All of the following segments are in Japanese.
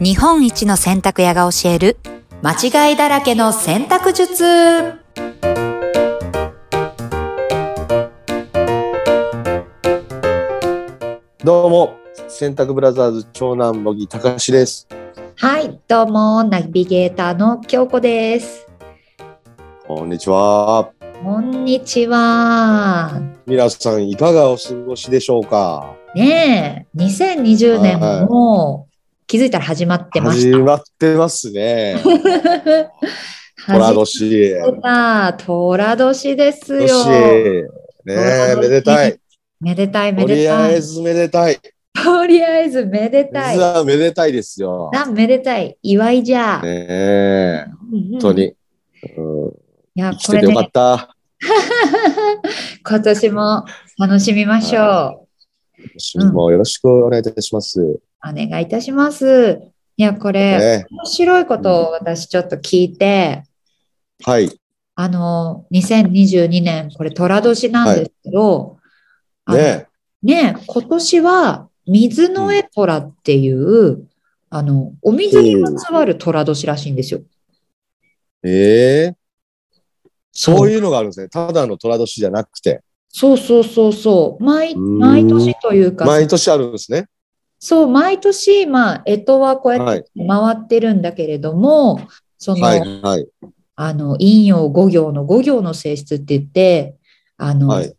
日本一の洗濯屋が教える間違いだらけの洗濯術どうも、洗濯ブラザーズ長男茂木隆です。はいどうもナビゲーターの京子ですこんにちは。こんにちは皆さんいかがお過ごしでしょうか。ねえ2020年はいも気づいたら始まってまし始たまってますね。 始虎年。まった寅年ですよ年。ねえ、虎年めでたい。めでたいめとでりあたえいずめでたい。とりあえずめでたい実はめでたいですよ。なめでたい祝いじゃ、ねえ、本本当に。うん、いや生きこてれてでよかった。今年も楽しみましょう。今年もよろしくお願いいたします。お願いいたします。いや、これ、ね面白いことを私ちょっと聞いて、はい。あの、2022年、これ、寅年なんですけど、ねえ。あのね今年は、水の絵虎っていう、あの、お水にまつわる寅年らしいんですよ。ええそうう。いうのがあるんですね。ただの虎年じゃなくて。そうそうそうそう。毎、うーん毎年というか、毎年あるんですね。そう、毎年、まあ、干支はこうやっはい。て回ってるんだけれども、その、はいはいあの、陰陽五行の五行の性質って言って、あの、はい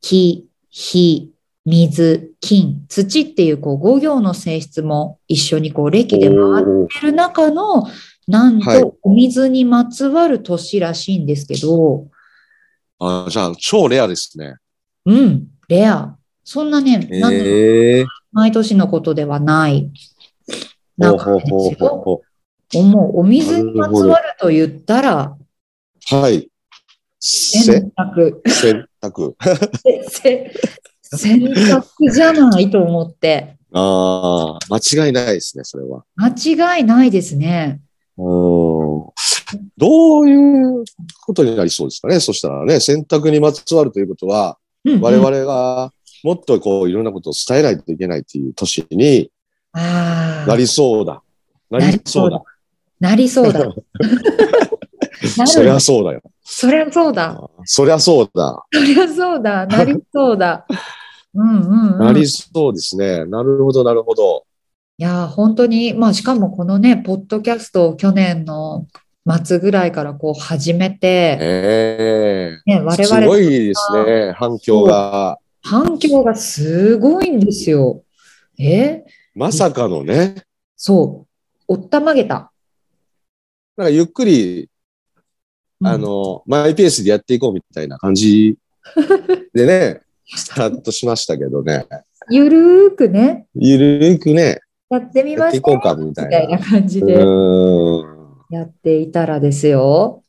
木、火、水、金、土っていうこう五行の性質も一緒にこう歴で回っおーてる中の、なんはいとお水にまつわる年らしいんですけど、あじゃあ超レアですね。うん、レア。そんなね、なんだろうええ毎年のことではない。なんかですほうほうほうよ。ほもうお水にまつわると言ったら、うはい。せ洗濯。洗濯。 せ洗濯じゃないと思って。ああ、間違いないですね、それは。間違いないですね。うーんどういうことになりそうですかね。そしたらね、洗濯にまつわるということは、うんうん我々がもっとこういろんなことを伝えないといけないっていう年にああなりそうだ。なりそうだ。なり そうだ。そなりるゃ。そうだよ。そりゃそうだ。そりゃそうだ。そりゃそうだ。なりそうだ。うんうん、うん。ないりそうですね。なるほど、なるほど。やー、本当に、まあ、しかもこのね、ポッドキャストを去年の末ぐらいからこう始めて、ええね、我す々ごいですね、反響が。反響がすごいんですよ。えまさかのね、そう。おったまげた。なんかゆっくり、うんあの、マイペースでやっていこうみたいな感じ でね、スタートしましたけどね、ゆるーくね、ゆるくね、やってみやまっていしこたうかみたみたいいなな。感じうでーんやっていたらですよ。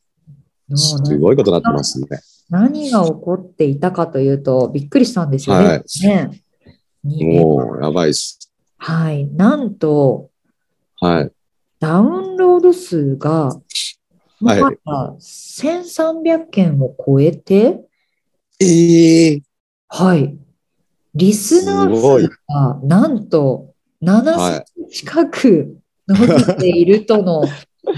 もうすねごいことになってますね。何が起こっていたかというと、びっくりしたんですよね。はいねにもう、やばいっす。はい。なんと、はい。ダウンロード数が、まはいだ1300件を超えて、ええはい。リスナーすごい数が、なんと、7000は近く伸びているとの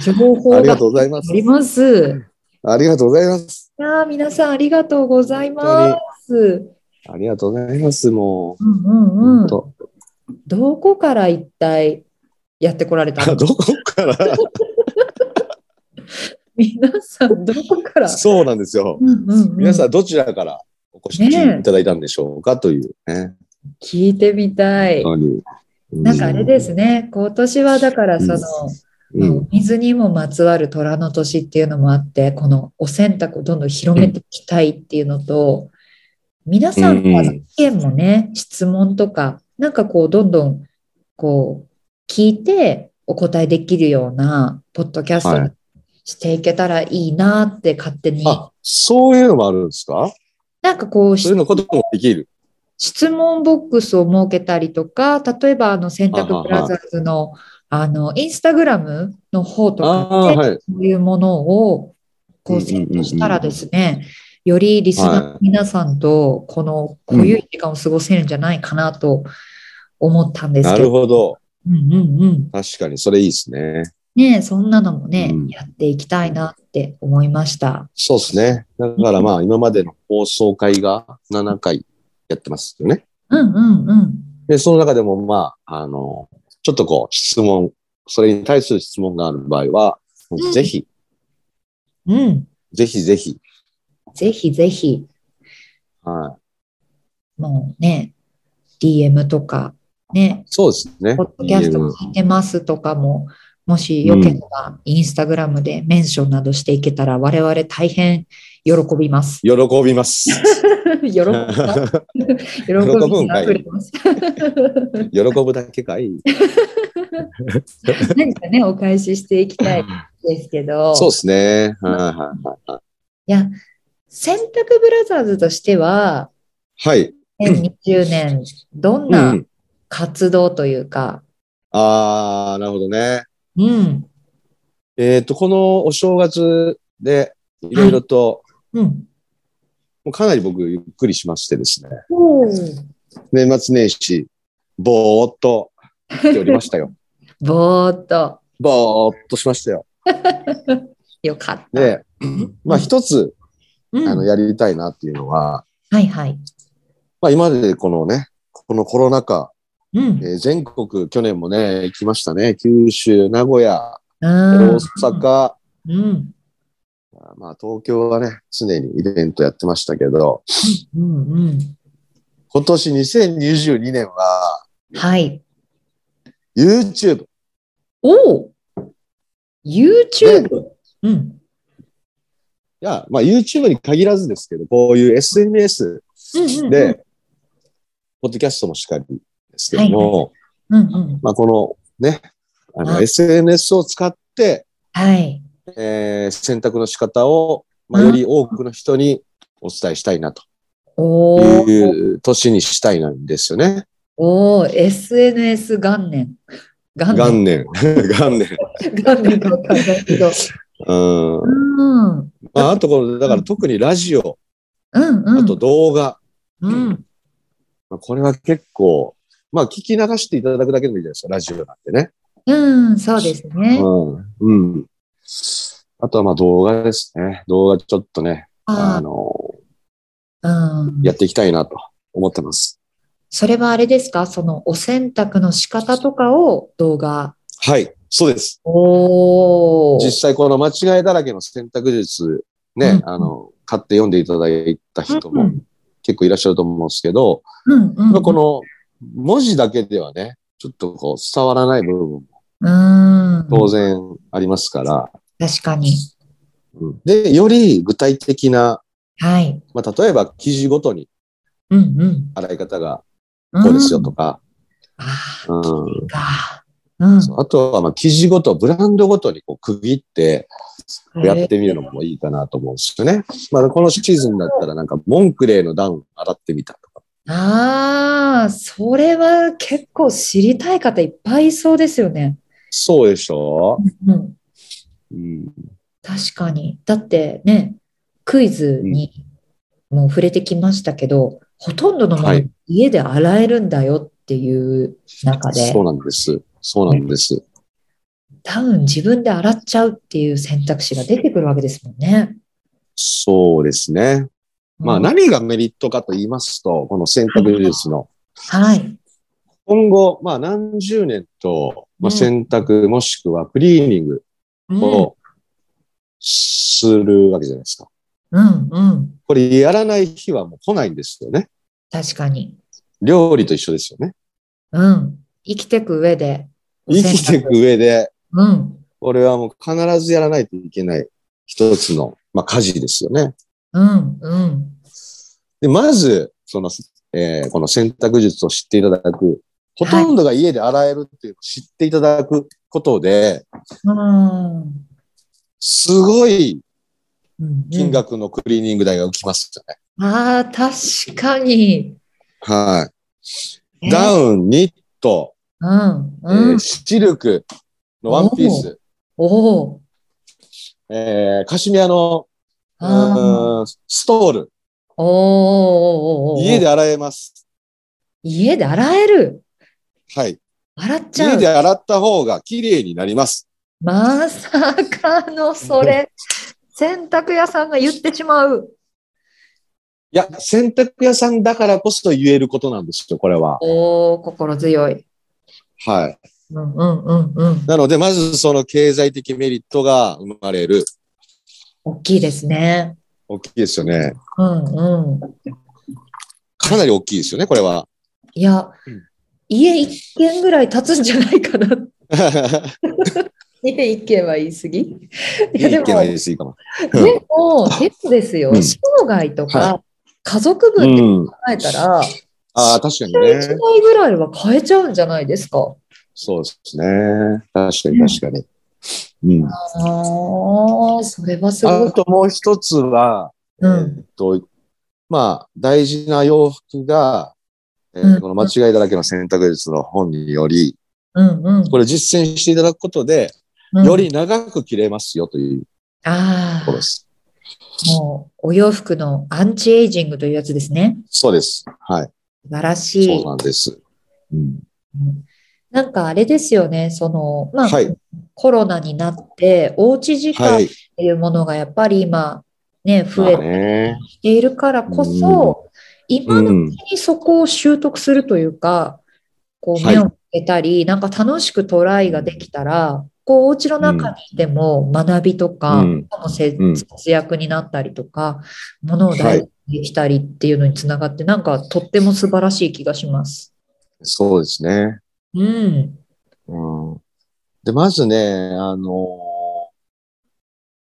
情報い。がありがとうございますあ。ります。ありがとうございます。いやー皆さんありがとうございます。うんありがとうございます。もう、うんう本ん。当。どこから一体やってこられたあのどこから皆さんどこから、 そうなんですよ。うんうんうん皆さんどちらからお越しいただいたんでしょうかというね。聞いてみたい。本当になんかあれですね、今年はだからその、うまあんお水にもまつわる虎の年っていうのもあって、このお洗濯をどんどん広めていきたいっていうのと、皆さんからの意見もね、質問とか、なんかこう、どんどんこう、聞いてお答えできるような、ポッドキャストはにいしていけたらいいなって勝手に、あ、そういうのもあるんですかなんかこう、そういうのこともできる。質問ボックスを設けたりとか、例えばあの、洗濯ブラザーズの、あの、インスタグラムの方とあかあでー、、はい。そういうものをこうんううんセうんうんットしたらですね、よりリスナーの皆さんとこのうん固有時間を過ごせるんじゃないかなと思ったんですなけるど、ほど。うんうんうん。確かに、それいいですね。ねえそんなのもね、うんやっていきたいなって思いました。そうですね。だからまあ、今までの放送会が7回やってますよね。うんうんうん。で、その中でもまあ、あの、ちょっとこう、質問、それに対する質問がある場合は、んぜひ、うん。ぜひぜひ、ぜひぜひ、はい。もうね、DM とか、ね、そうですね。ポッドキャスト DM 聞いてますとかも、もしよければ、インスタグラムでメンションなどしていけたら、我々大変喜び ます。喜びます。喜びます。喜びにあふれます。 喜ぶだけかい。何かね、お返ししていきたいですけど。 そうですね。はいはいはいはいや、洗濯ブラザーズとしては、い。はい。 2020年、どんうんう。なん活動というか、ああ、なるほどね。うん、えっ、と、このお正月で、いろいろと、うん。もうかなり僕、ゆっくりしましてですね。お年末年始、ぼーっとしておりまし たよ。ぼーっと、ぼーっとしましたよ。よかった。で、まあ一つ、うんあの、やりたいなっていうのは、はいはい。まあ今までこのね、このコロナ禍、うん。えー全国、去年もね、行きましたね。九州、名古屋、大大阪、うん。まあ東京はね、常にイベントやってましたけど、うんうん。今年2022年は、はい。 YouTube、おお !YouTube! うん。いや、まあ YouTube に限らずですけど、こういう SNS うんうんで、、ポッドキャストもしかりですけども、うんうん。まあこのね、あのあ SNS を使って、はい。えー選択の仕方を、まあ、うんより多くの人にお伝えしたいなとおいーう年にしたいなんですよね。おー SNS 元年。 元年。元年。 元年。元年かわかんないけど。 うん。うん。うんまあ、あとこの、だから特にラジオ、うん。あと動画、うん。まあこれは結構、まあ聞き流していただくだけでもいいじゃないですか、ラジオなんてね。うん、そうですね。うん。うん。あとはまあ動画ですね。動画ちょっとね、ああの、あ、うん。やっていきたいなと思ってます。それはあれですかそのお洗濯の仕方とかを動画。はい、そうです。おお。実際この間違いだらけの選択術ね、うんあの、買って読んでいただいた人うもん結構いらっしゃると思うんですけど、うんうん。まあこの文字だけではね、ちょっとこう伝わらない部分もうん。当然ありますから、確かに。うんで、より具体的な、はい。まあ例えば記事ごとにうんうん。洗い方がこうですよとん。か、あうんあ、か。うん。そうあとはまあ記事ごと、ブランドごとにこう区切って、やってみるのもいいかなと思うんですよね。まあ、このシーズンだったらなんか、モンクレーのダウン洗ってみたとか。ああ、それは結構知りたい方いっぱいいそうですよね。そうでしょうん。うん。確かに。だってね、クイズにもう触れてきましたけど、ほとんどのもはのい家で洗えるんだよっていう中で、そうなんです。そうなんです。多分自分で洗っちゃうっていう選択肢が出てくるわけですもんね。そうですね。まあ、うん何がメリットかと言いますと、この選択技術の、はい。今後、まあ、何十年と、まうあ、ん洗濯もしくはクリーニングをするわけじゃないですか。うん、うん。これ、やらない日はもう来ないんですよね。確かに。料理と一緒ですよね。うん。生きてく上で。生きていく上で、うん。俺はもう必ずやらないといけない一つの、まあ、家事ですよね。うん、うん。で、まず、その、えーこの選択術を知っていただく、ほとんどが家で洗えるっていうのを知っていただくことで、うんすごいうん。金額のクリーニング代が浮きますよね。ああ、確かに。はえい。ダウン、ニット、うん、えーうん。シルクのワンピース、おお。えーカシミヤのうあーーんストール、おーおーおーおーおー家で洗えます。家で洗える。はい。洗っちゃ家うで。洗った方が綺麗になります。まさかのそ れ、洗濯屋さんが言ってしまう。いや、洗濯屋さんだからこそ言えることなんですよ、これは。おー、心強い。はい。うんうんうんうん。なので、まずその経済的メリットが生まれる。大きいですね。大きいですよね。うんうん。かなり大きいですよね、これは。いやうん、家一軒ぐらい建つんじゃないかな。家一軒は言い過ぎ。いいいやでも、けないです、いいかも。でも、でもですよ、うん生涯とはか家族う分で考ん。えたら、ああ、確かに1ね年。ぐらいは変えちゃうんじゃないですか。そうですね。確かに、確かに。うん。ああ、それはすごあい。ともう一つは、うえーん。っと、まあ、大事な洋服が、えーうんこの間違いだらけの選択術の本により、うんうん。これ実践していただくことで、うんより長く着れますよというあところあで、す。もうお洋服のアンチエイジングというやつですね。そうです。はい。素晴らしそうい。なんです。うん、なんかあれですよね、その、まあ、はいコロナになって、おうち時間はっい。ていうものがやっぱり今、ね、増まえあてね。きているからこそ、今う。のうんちにそこを習得するというか、こうはい目を向けたり、なんか楽しくトライができたら、こうお家の中にいても学びとか、うん他の節うん節約になったりとか、ものを大事にできたりっていうのにつながって、なんかとっても素晴らしい気がします。そうですね。うん。うん。で、まずね、あのー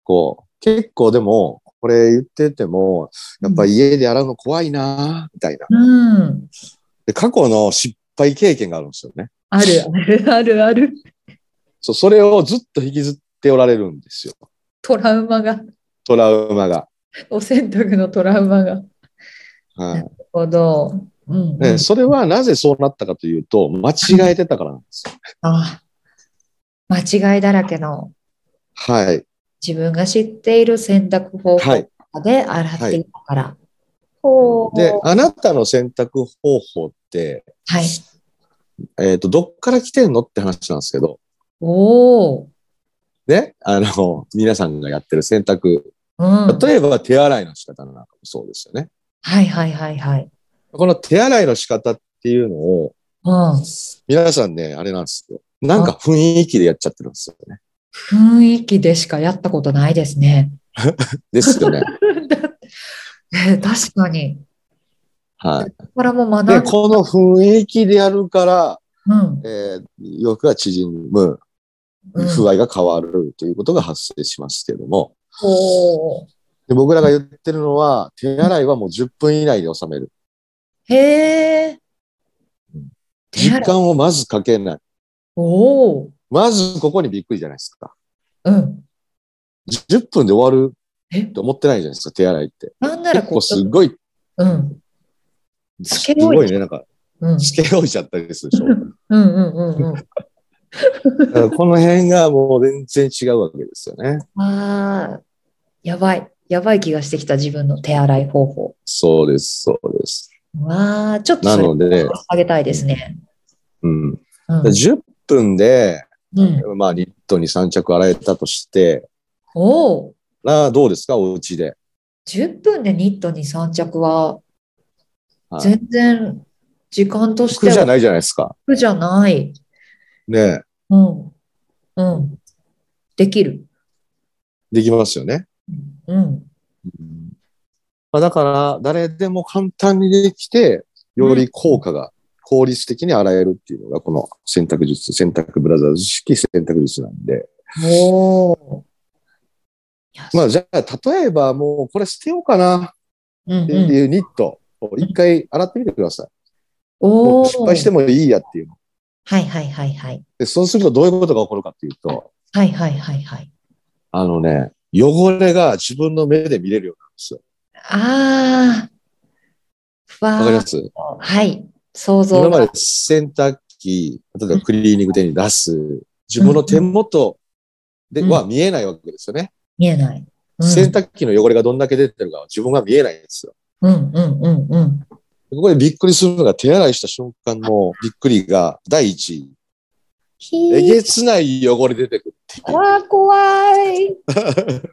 こう、結構でも、これ言ってても、やっぱ家で洗うの怖いなみたいな。うん。で、過去の失敗経験があるんですよね。あるあるあるある。そう、それをずっと引きずっておられるんですよ。トラウマが、トラウマが。お洗濯のトラウマが。なるはい。ほど。うん、うね、ん。それはなぜそうなったかというと、間違えてたからなんですよ。あ間違いだらけのはい。自分が知っている選択方は法い。で洗っていたから。ほう。で、あなたの選択方法って、はい。えっ、と、どっから来てんのって話なんですけど、おお。ね、あの、皆さんがやってる選択。うん。例えば手洗いの仕方なんかもそうですよね。はいはいはいはい。この手洗いの仕方っていうのを、う皆さんね、あれなんですよ。なんか雰囲気でやっちゃってるんですよね。ん。雰囲気でしかやったことないですね。です よね。えー確かに。 はい。これも学で、ぶ。この雰囲気でやるから、うん。えー、洋服が縮む、うん不具合が変わるということが発生しますけれども、おーで僕らが言ってるのは、手洗いはもう10分以内で収める。へえ。手時洗い間をまずかけない。おお。まずここにびっくりじゃないですか。うん。 10分で終わるえと思ってないじゃないですか、手洗いって。なんなら結こ構う、すごい、うん。つけす置いごいね、なんか、うん。つけ置いちゃったりす るでしょ。うんうんうんうだからこの辺がもう全然違うわけですよね。ん。ああ、やばい。やばい気がしてきた自分の手洗い方法。そうです、そうです。わあ、ちょっとなそれので、あげたいですね。うん。だうんから。10分で、うん、まあ、ニットに3着洗えたとして、おお、なあどうですか、お家で。 10分でニットに3着は、はい全然時間として服じゃはないじゃないですか。苦じゃない。ねえうん。うん。できる。できますよね。うん。まあ、だから、誰でも簡単にできて、より効果が、効率的に洗えるっていうのが、この選択術、選択ブラザーズ式選択術なんで。おお。いやまあ、じゃあ、例えばもう、これ捨てようかなうんってうん、いうニットを一回洗ってみてください。おもお。う失敗してもいいやっていうの。はいはいはいはい。で、そうするとどういうことが起こるかっていうと、はいはいはいはい。あのね、汚れが自分の目で見れるようになるんですよ。ああ。わわかりあま。すはい。想像今がまで洗濯機、例えばクリーニング店に出す、自分の手元でうんは見えないわけですよね。見えない。うん洗濯機の汚れがどんだけ出てるかは自分が見えないんですよ。うんうんうんうん。ここでびっくりするのが手洗いした瞬間のびっくりが第一位。ひえーげつない汚れ出てくるっていう。あー怖 い。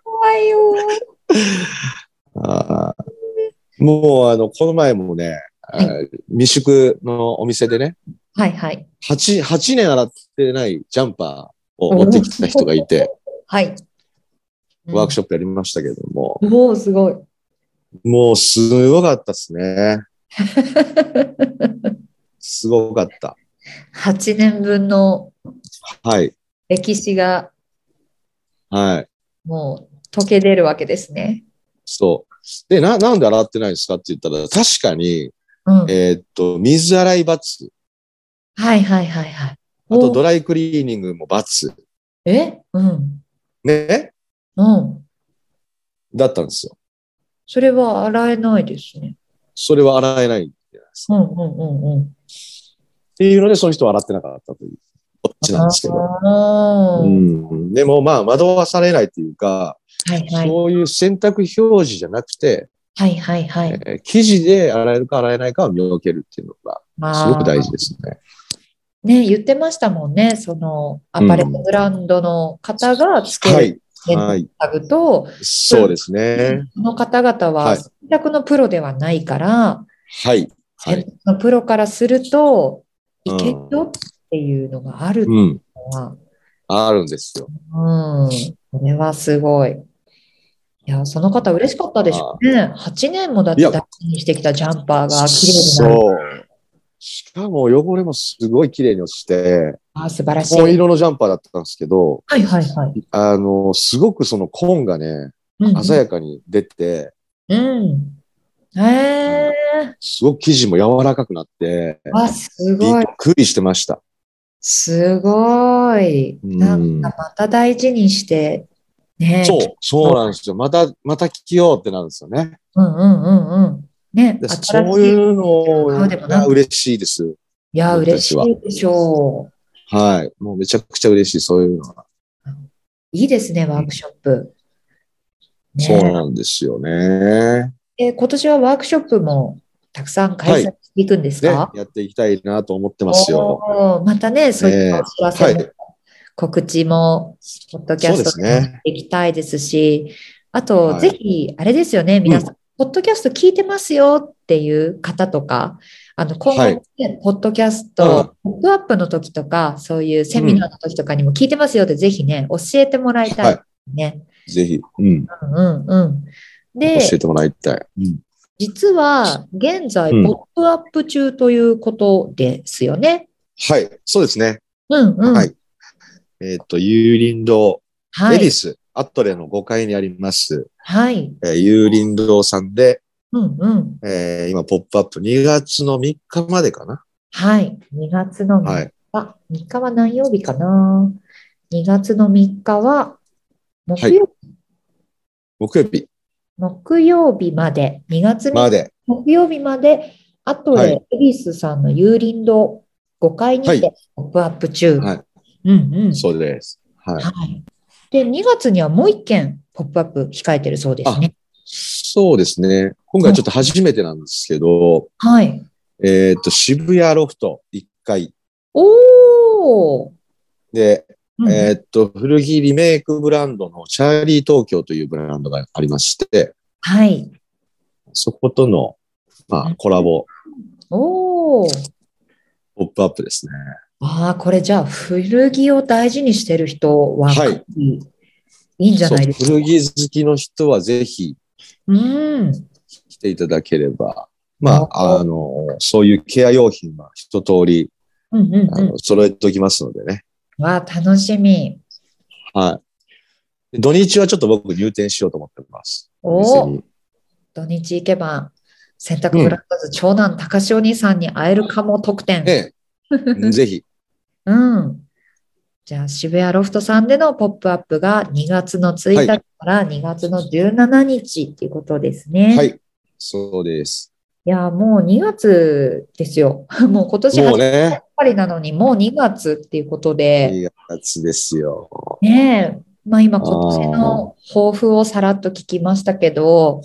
怖いよあーもう、あの、この前もね、あー未宿のお店でね、ー。はいはい。 8、8年洗ってないジャンパーを持ってきた人がいて、はい。ワークショョップやりましたけども、ップ。おお、すごい。 もうすごかったですね。すごかった。 8年分のはい。歴史がはい。もう溶け出るわけですね。そう。で、な、なんで洗ってないんですかって言ったら、確かに、うん。えーっと、水洗いバツ。はいはいはいはい。あおと、ドライクリーニングもバツ。えうん。ね。うん。だったんですよ。それは洗えないですね。それは洗えないじゃないですか。うんうんうんうん。っていうので、その人は洗ってなかったという、こっちなんですけど。あーうん、でも、まあ、惑わされないというか、はいはい。そういう選択表示じゃなくて、はいはいはい。えー生地で洗えるか洗えないかを見分けるっていうのが、すごく大事。事ですね。ね、言ってましたもんね。そのアパレルブランドの方がつけはるい。はい。タグと、そうですね。その方々ははい洗濯のプロではないから、はい。は洗い。濯のプロからすると、うんいけるよっていうのがあるのうん。は、あるんですよ。うん、これはすごい。いや、その方嬉しかったでしょうね。8年もだっいてや大事にしてきたジャンパーが綺麗になる。そう。しかも汚れもすごい綺麗に落ちて、あー素晴らしい。は紺い色のジャンパーだったんですけど、はいはい。あの、すごくその紺がね、うん、鮮やかに出て、うん。えー、すごく生地も柔らかくなって、あ、すびごっい。くりしてました。すごい。うんなんかまた大事にして、ね。そう、そうなんですよ。また、また着ようってなるんですよね。うんうんうんうん。ねで、新しいそういうの買うでもなが嬉しいです。いや、僕た嬉ちしはいでしょう。はい。もうめちゃくちゃ嬉しい、そういうのは。いいですね、ワークショップ。ねそうなんですよね。え、今年はワークショップもたくさん開催していくんですねか、、やっていきたいなと思ってますよ。おーまたね、そういったお知らせも、はい告知も、ポッドキャストそうですねでいきたいですし、あと、はいぜひ、あれですよね、皆さん、ポッドキャスト聞いてますよっていう方とか、あの、今後、はいポッドキャスト、ポップアップの時とか、そういうセミナーの時とかにも聞いてますよって、ぜひね、教えてもらいたいね。ぜひ、うん、教うんうんうん。で、えてもらいたい。うん実は現在、うんポップアップ中ということですよね。はい、そうですね。うんうん。はいえっ、と、有林堂、はエリい。ス、アトレの5階にあります、はい。えー、有林堂さんで、うんうん。えー今、ポップアップ2月の3日までかな。はい。2月の3日。はい。 3日は何曜日かな ?2 月の3日は木曜,、木曜日木曜日まで、2月3ま日で。木曜日まで、あとはでいエリスさんの有林堂5階にはていポップアップ中。はいうんうん。そうです。はい。はい。で、2月にはもう1件ポップアップ控えてるそうですね。そうですね。今回ちょっと初めてなんですけど、はい。えっ、と、渋谷ロフト1階おお、で、うんえーっと、古着リメイクブランドのチャーリー東京というブランドがありまして、はい。そことの、まあ、コラボ、おお。ポップアップですね。ああ、これじゃあ、古着を大事にしてる人は、はいい、いんじゃないですか。そう古着好きの人はぜひうん。来ていただければ、まあ、おあの、そういうケア用品は一通り、うんうんあうの、揃えておきますのでね。ん。わあ、楽しみ。はい。で土日はちょっと僕入店しようと思ってます。おおお、店に土日行けば、洗濯ブランドズ、長男、高橋お兄さんに会えるかも特典。え え、ぜひ。うん。じゃあ、渋谷ロフトさんでのポップアップが2月の1日から2月の17日っていうことですね。はい。そうです。いや、もう2月ですよ。 もう今年始もうまっね、ぱりなのに、もう2月っていうことで、 2月ですよ。ねえ、まあ今今年の抱負をさらっと聞きましたけど、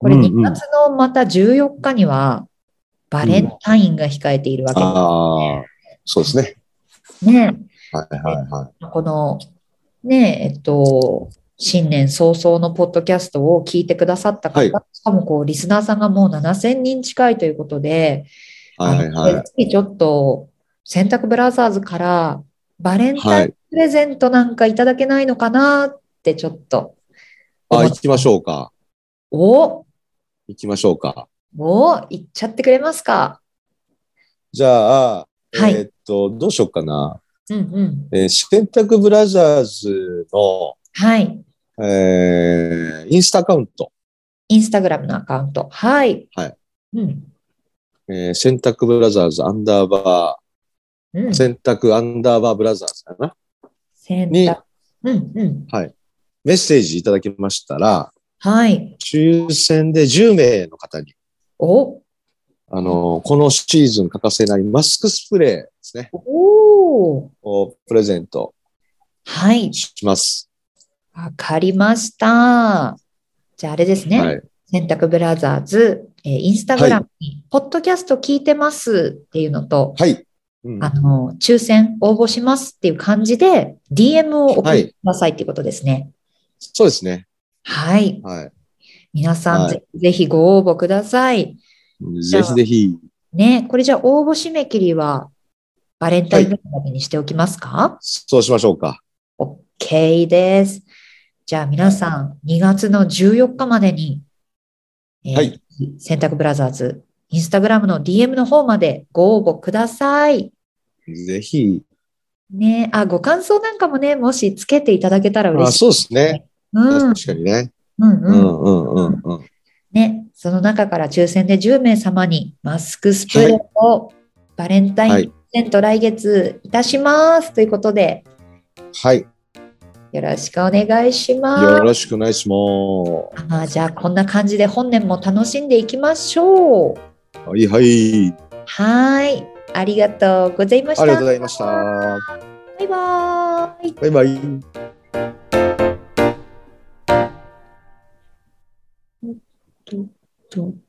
これうんうん2月のまた14日には、バレンタインが控えているわけああ、そうですね。ですね。はいはいはい。この、ね、えっと、新年早々のポッドキャストを聞いてくださった方、はいしかもこう、リスナーさんがもう7000人近いということで、はいあはのぜひちょっと、洗濯ブラザーズからバレンい。タはインい。プレゼントなんかいただけないのかなってちょっと。あ、行きましょうか。お行きましょうか。お行っちゃってくれますかじゃあ、はいえーっと、どうしようかな。うんうん。えー、洗濯ブラザーズの、はい。えーインスタアカウント、インスタグラムのアカウント。はい。はい。うん。えー洗濯ブラザーズアンダーバうー、ん。洗濯アンダーバーブラザーズかな。洗に濯。うんうん。メッセージいただきましたら、はい。抽選で10名の方に、おあのーこのシーズン欠かせないマスクスプレーですね、おーをプレゼントはい。します。わかりました。じゃああれですね。はい。洗濯ブラザーズ、えーインスタグラムに、ポッドキャスト聞いてますっていうのと、はい。うんあの、抽選応募しますっていう感じで、DM を送ってくださいっていうことですね。そうですね。はい。はい。皆さん、はいぜひぜひご応募ください。ぜひぜひ。ね、これじゃあ応募締め切りは、バレンタインデーまでにしておきますか、そうしましょうか。 ?OK です。じゃあ皆さん、2月の14日までに、えーはい洗濯ブラザーズ、インスタグラムの DM の方までご応募ください。ぜひ。ね、あ、ご感想なんかもね、もしつけていただけたら嬉あ、しい。そうですね。うん、うん確かにね。、ううん。んうんうんうん。ね、その中から抽選で10名様にマスクスプレーをバレンタはインいプレゼント来月いたしますということで、はい。よろしくお願いしよま。ろしくお願いしますあじゃあ、こんな感じで本年も楽しんでいきましょう。す。はいはい。はーい、ありがとうございました。ありがとうございました。バイバーイ。バイバイ。とと